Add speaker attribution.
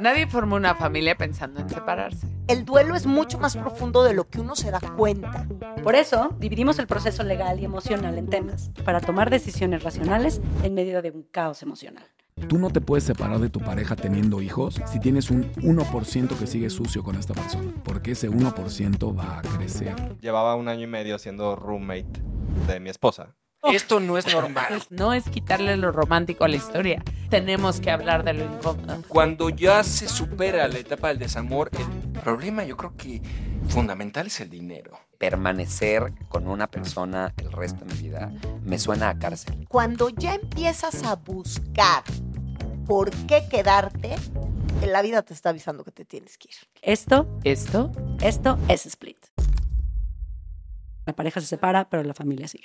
Speaker 1: Nadie formó una familia pensando en separarse.
Speaker 2: El duelo es mucho más profundo de lo que uno se da cuenta.
Speaker 3: Por eso, dividimos el proceso legal y emocional en temas para tomar decisiones racionales en medio de un caos emocional.
Speaker 4: Tú no te puedes separar de tu pareja teniendo hijos si tienes un 1% que sigue sucio con esta persona, porque ese 1% va a crecer.
Speaker 5: Llevaba un año y medio siendo roommate de mi esposa.
Speaker 6: Esto no es normal.
Speaker 1: Pues No es quitarle lo romántico a la historia. Tenemos que hablar de lo incómodo.
Speaker 6: Cuando ya se supera la etapa del desamor, el problema yo creo que fundamental es el dinero.
Speaker 7: Permanecer con una persona el resto de mi vida me suena a cárcel.
Speaker 2: Cuando ya empiezas a buscar por qué quedarte, la vida te está avisando que te tienes que ir.
Speaker 3: Esto,
Speaker 1: ¿Esto?
Speaker 3: esto es split. La pareja se separa, pero la familia sigue.